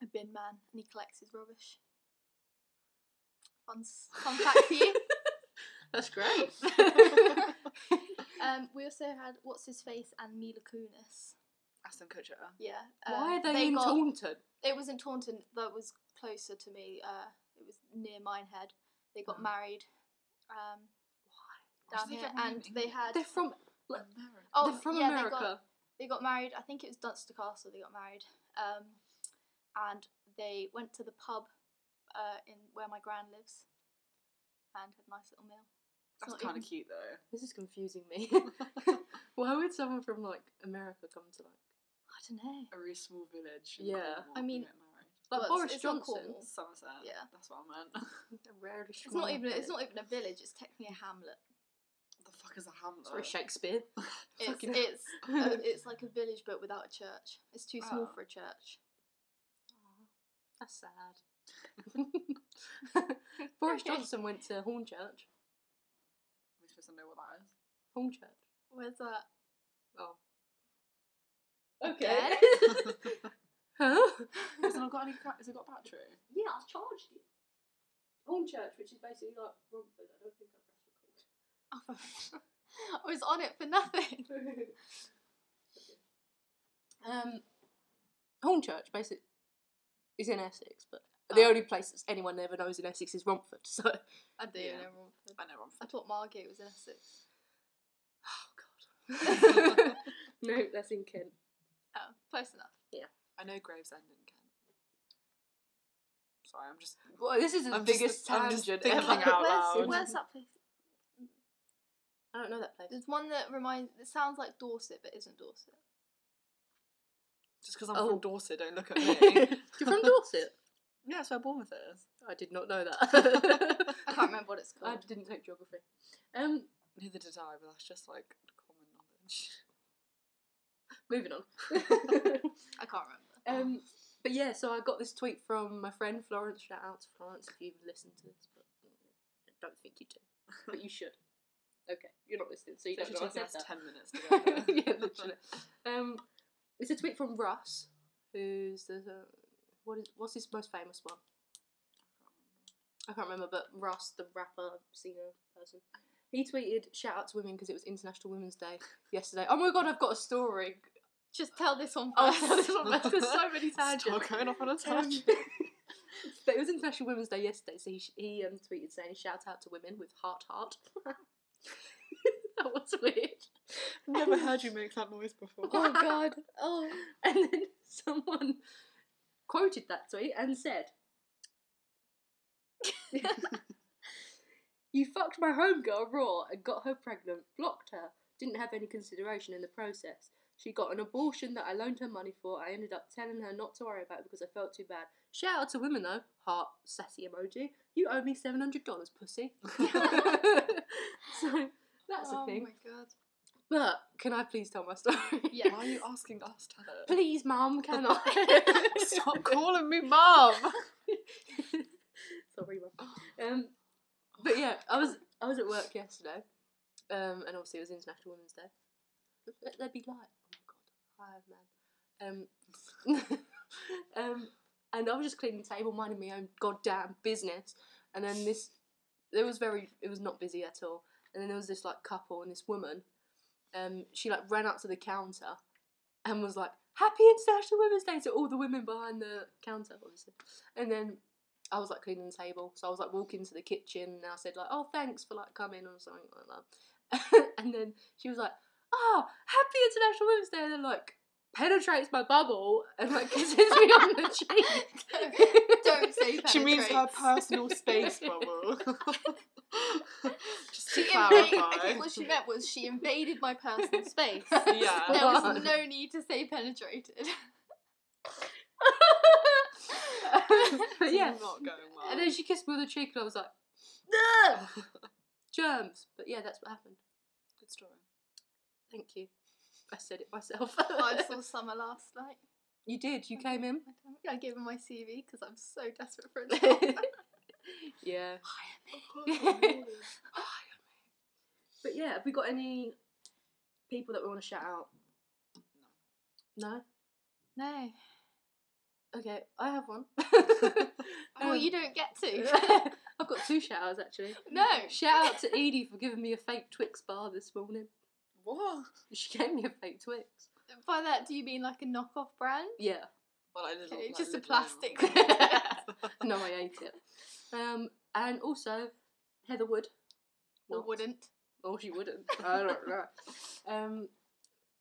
[SPEAKER 1] a bin man and he collects his rubbish. Fun, s- fun fact for you.
[SPEAKER 3] That's great.
[SPEAKER 1] Um, we also had What's His Face and Mila Kunis.
[SPEAKER 2] Aston Kutcher.
[SPEAKER 1] Yeah.
[SPEAKER 3] Why
[SPEAKER 1] um,
[SPEAKER 3] are they, in
[SPEAKER 1] got-
[SPEAKER 3] Taunton?
[SPEAKER 1] It was in Taunton that was closer to me. Uh, it was near Minehead. They got
[SPEAKER 2] Oh.
[SPEAKER 1] married um,
[SPEAKER 2] Why
[SPEAKER 1] down
[SPEAKER 2] did they
[SPEAKER 1] here
[SPEAKER 2] get married
[SPEAKER 1] and
[SPEAKER 2] in
[SPEAKER 1] they
[SPEAKER 2] England?
[SPEAKER 1] had.
[SPEAKER 3] They're from Like,
[SPEAKER 2] America.
[SPEAKER 1] Oh,
[SPEAKER 3] they're from
[SPEAKER 1] yeah,
[SPEAKER 3] America.
[SPEAKER 1] They got, they got married. I think it was Dunster Castle. They got married, um, and they went to the pub uh, in where my gran lives, and had a nice little meal. It's
[SPEAKER 2] That's
[SPEAKER 1] not
[SPEAKER 2] kind of
[SPEAKER 1] even-
[SPEAKER 2] cute though.
[SPEAKER 3] This is confusing me. Why would someone from like America come to like
[SPEAKER 1] I don't know.
[SPEAKER 2] A really small village. in
[SPEAKER 3] Yeah.
[SPEAKER 2] Cornwall
[SPEAKER 1] I
[SPEAKER 2] and
[SPEAKER 1] mean-
[SPEAKER 2] get married.
[SPEAKER 3] like
[SPEAKER 1] Well, it's-
[SPEAKER 3] Boris
[SPEAKER 1] it's not
[SPEAKER 3] Johnson?
[SPEAKER 1] Cornwall.
[SPEAKER 2] Somerset.
[SPEAKER 1] Yeah.
[SPEAKER 2] That's what I meant.
[SPEAKER 3] They're rarely
[SPEAKER 1] It's not even. It's not even a village. It's technically a hamlet.
[SPEAKER 2] the fuck is a hamlet?
[SPEAKER 3] Sorry, Shakespeare.
[SPEAKER 1] It's
[SPEAKER 3] Fucking
[SPEAKER 1] it's
[SPEAKER 3] hell.
[SPEAKER 1] uh, it's like a village but without a church. It's too small
[SPEAKER 2] Oh.
[SPEAKER 1] for a church.
[SPEAKER 3] That's sad. Boris Johnson went to Hornchurch.
[SPEAKER 2] Are we supposed to know what that is?
[SPEAKER 3] Hornchurch.
[SPEAKER 1] Where's that?
[SPEAKER 3] Oh.
[SPEAKER 1] Okay.
[SPEAKER 3] huh?
[SPEAKER 2] Has it not got any? cra- Has it got battery?
[SPEAKER 3] Yeah, I charged it. Hornchurch, which is basically like Romford. I don't think I've pressed
[SPEAKER 1] I was on it for nothing.
[SPEAKER 3] record. um, Hornchurch, basically, is in Essex, but the
[SPEAKER 1] Oh.
[SPEAKER 3] only place that's anyone ever knows in Essex is Romford. So, oh
[SPEAKER 1] I do
[SPEAKER 2] Yeah.
[SPEAKER 1] know Romford.
[SPEAKER 2] I know I'm.
[SPEAKER 1] I thought Margate was in Essex.
[SPEAKER 3] god. no, that's in Kent.
[SPEAKER 1] Oh, close enough.
[SPEAKER 2] I know Gravesend in Kent. Sorry, I'm just.
[SPEAKER 3] Well, this is the
[SPEAKER 2] I'm just-
[SPEAKER 3] biggest
[SPEAKER 2] I'm just
[SPEAKER 3] tangent
[SPEAKER 2] thinking
[SPEAKER 3] ever.
[SPEAKER 2] out
[SPEAKER 1] where's,
[SPEAKER 2] loud.
[SPEAKER 1] where's that place?
[SPEAKER 3] I don't know that place.
[SPEAKER 1] There's one that reminds. It sounds like Dorset, but isn't Dorset.
[SPEAKER 2] Just because I'm
[SPEAKER 3] Oh.
[SPEAKER 2] from Dorset, don't look at me.
[SPEAKER 3] You're from Dorset.
[SPEAKER 2] yeah, that's where Bournemouth is.
[SPEAKER 3] I did not know that.
[SPEAKER 1] I can't remember what it's
[SPEAKER 3] I
[SPEAKER 1] called.
[SPEAKER 3] didn't take geography. Um,
[SPEAKER 2] Neither did I, but that's just like common knowledge.
[SPEAKER 3] moving on.
[SPEAKER 1] I can't remember.
[SPEAKER 3] um, but yeah, so I got this tweet from my friend Florence. Shout out to Florence if you even listen to this, but I don't think you do. But you should. Okay, you're not listening, so you
[SPEAKER 2] It
[SPEAKER 3] don't
[SPEAKER 2] should
[SPEAKER 3] know I
[SPEAKER 2] take
[SPEAKER 3] said
[SPEAKER 2] us
[SPEAKER 3] that.
[SPEAKER 2] ten minutes to get there.
[SPEAKER 3] yeah, literally. Um, it's a tweet from Russ, who's the what is what's his most famous one? I can't remember, but Russ, the rapper, singer, person, he tweeted shout out to women because it was International Women's Day yesterday. Oh my god, I've got a story.
[SPEAKER 1] Just tell this one
[SPEAKER 3] Oh,
[SPEAKER 1] first.
[SPEAKER 3] this one first. There's so many tangents.
[SPEAKER 2] Stop going off on a
[SPEAKER 3] Um,
[SPEAKER 2] tangent.
[SPEAKER 3] but it was International Women's Day yesterday, so he, sh- he um, tweeted saying shout out to women with heart heart. that was weird.
[SPEAKER 2] Never heard you make that noise before.
[SPEAKER 1] oh god. Oh.
[SPEAKER 3] And then someone quoted that tweet and said, You fucked my homegirl raw and got her pregnant, blocked her, didn't have any consideration in the process. She got an abortion that I loaned her money for. I ended up telling her not to worry about it because I felt too bad. Shout out to women though, heart sassy emoji. You owe me seven hundred dollars, pussy. so that's
[SPEAKER 1] oh
[SPEAKER 3] a thing.
[SPEAKER 1] my god.
[SPEAKER 3] But can I please tell my story?
[SPEAKER 1] Yeah.
[SPEAKER 2] Why are you asking us to her?
[SPEAKER 3] please, Mum, can I?
[SPEAKER 2] Stop calling me mum.
[SPEAKER 3] Sorry, Mum. Um, but yeah, I was I was at work yesterday, um, and obviously it was International Women's Day. Let there be light. Oh my god, hi man. Um, um, and I was just cleaning the table, minding my own goddamn business, and then this, it was very, it was not busy at all. And then there was this like couple and this woman, um, she like ran up to the counter, and was like, "Happy International Women's Day" to all the women behind the counter, obviously. And then I was like cleaning the table, so I was like walking to the kitchen, and I said like, "Oh, thanks for like coming" or something like that. and then she was like, "Oh, happy International Women's Day!" And then like penetrates my bubble and like kisses me on the cheek.
[SPEAKER 1] Don't say
[SPEAKER 2] She means her
[SPEAKER 1] penetrates.
[SPEAKER 2] personal space bubble. Just to
[SPEAKER 1] She invaded, I
[SPEAKER 2] clarify.
[SPEAKER 1] think what she meant was she invaded my personal space.
[SPEAKER 2] Yeah.
[SPEAKER 1] There was no need to say penetrated.
[SPEAKER 3] but yeah,
[SPEAKER 2] It's not going well.
[SPEAKER 3] and then she kissed me on the cheek, and I was like,
[SPEAKER 2] Ugh.
[SPEAKER 3] "Germs." But yeah, that's what happened.
[SPEAKER 2] Good story.
[SPEAKER 3] Thank you. I said it myself.
[SPEAKER 1] I saw Summer last night.
[SPEAKER 3] you did. You came in.
[SPEAKER 1] I, don't, I gave her my CV because I'm so desperate for a job.
[SPEAKER 3] yeah.
[SPEAKER 2] I
[SPEAKER 3] But yeah, have we got any people that we want to shout out? No.
[SPEAKER 1] no.
[SPEAKER 3] Okay, I have one.
[SPEAKER 1] Well,
[SPEAKER 3] Um,
[SPEAKER 1] Oh, you don't get to.
[SPEAKER 3] I've got two shout outs actually.
[SPEAKER 1] no.
[SPEAKER 3] Shout out to Edie for giving me a fake Twix bar this morning.
[SPEAKER 2] What?
[SPEAKER 3] She gave me a fake Twix.
[SPEAKER 1] By that, do you mean like a knockoff brand?
[SPEAKER 3] Yeah,
[SPEAKER 2] Well, I little,
[SPEAKER 1] Okay,
[SPEAKER 2] like,
[SPEAKER 1] just a
[SPEAKER 2] little lemon.
[SPEAKER 1] plastic.
[SPEAKER 3] no, I ate it. Um, and also Heather Wood.
[SPEAKER 1] Or
[SPEAKER 3] Not.
[SPEAKER 1] wouldn't?
[SPEAKER 3] Oh, she wouldn't. I don't know. Um,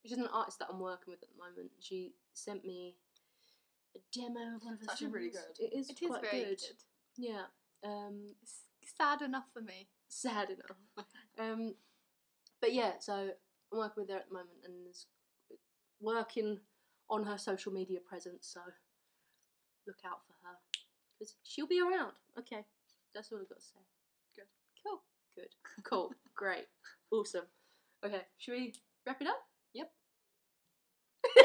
[SPEAKER 3] she's an artist that I'm working with at the moment. She sent me a demo of one of her
[SPEAKER 2] It's actually really
[SPEAKER 3] songs.
[SPEAKER 2] good.
[SPEAKER 3] It is
[SPEAKER 1] It is
[SPEAKER 3] quite
[SPEAKER 1] very
[SPEAKER 3] good.
[SPEAKER 1] good.
[SPEAKER 3] Yeah. Um,
[SPEAKER 1] It's sad enough for me.
[SPEAKER 3] sad enough. um, but yeah, so I'm working with her at the moment and is working on her social media presence. So look out for her because she'll be around. Okay, that's all I've got to say. Good. Cool. Good. Cool. Great. Awesome. Okay, should we wrap it up? Yep.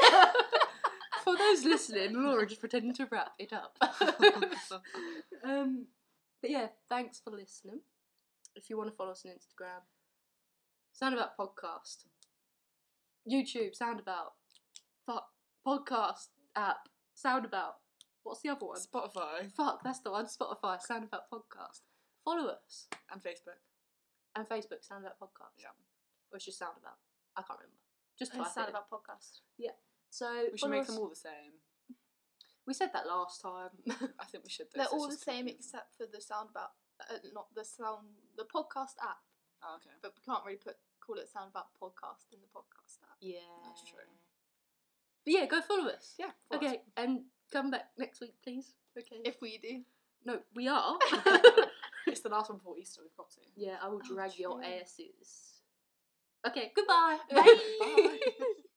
[SPEAKER 3] For those listening, Laura just pretending to wrap it up. um, but yeah, thanks for listening. If you want to follow us on Instagram, Soundabout Podcast, YouTube, Soundabout, fuck, podcast app, Soundabout. What's the other one?
[SPEAKER 2] Spotify
[SPEAKER 3] Fuck, that's the one. Spotify, Soundabout Podcast. Follow us
[SPEAKER 2] and Facebook.
[SPEAKER 3] and Facebook, Soundabout Podcast.
[SPEAKER 2] Yeah.
[SPEAKER 3] Or it's just Soundabout. I can't remember. Just type
[SPEAKER 1] It's sad
[SPEAKER 3] it. in.
[SPEAKER 1] about podcast.
[SPEAKER 3] So
[SPEAKER 2] We should
[SPEAKER 3] follow
[SPEAKER 2] make
[SPEAKER 3] us.
[SPEAKER 2] them all the same.
[SPEAKER 3] We said that last time.
[SPEAKER 2] I think we should. though,
[SPEAKER 1] They're
[SPEAKER 2] so it's
[SPEAKER 1] all the
[SPEAKER 2] just
[SPEAKER 1] same
[SPEAKER 2] confusing.
[SPEAKER 1] except for the sound about, uh, not the sound, the podcast app.
[SPEAKER 2] Oh, okay.
[SPEAKER 1] But we can't really put call it sound about podcast in the podcast app.
[SPEAKER 3] yeah.
[SPEAKER 2] That's true.
[SPEAKER 3] But yeah, go follow us.
[SPEAKER 2] Yeah. follow us.
[SPEAKER 3] Okay, and come back next week, please. Okay.
[SPEAKER 1] If we do,
[SPEAKER 3] no, we are.
[SPEAKER 2] It's the last one before Easter. We've got to.
[SPEAKER 3] yeah, I will
[SPEAKER 1] Oh,
[SPEAKER 3] drag your
[SPEAKER 1] true.
[SPEAKER 3] asses. Okay, goodbye.
[SPEAKER 1] Bye.
[SPEAKER 2] Bye.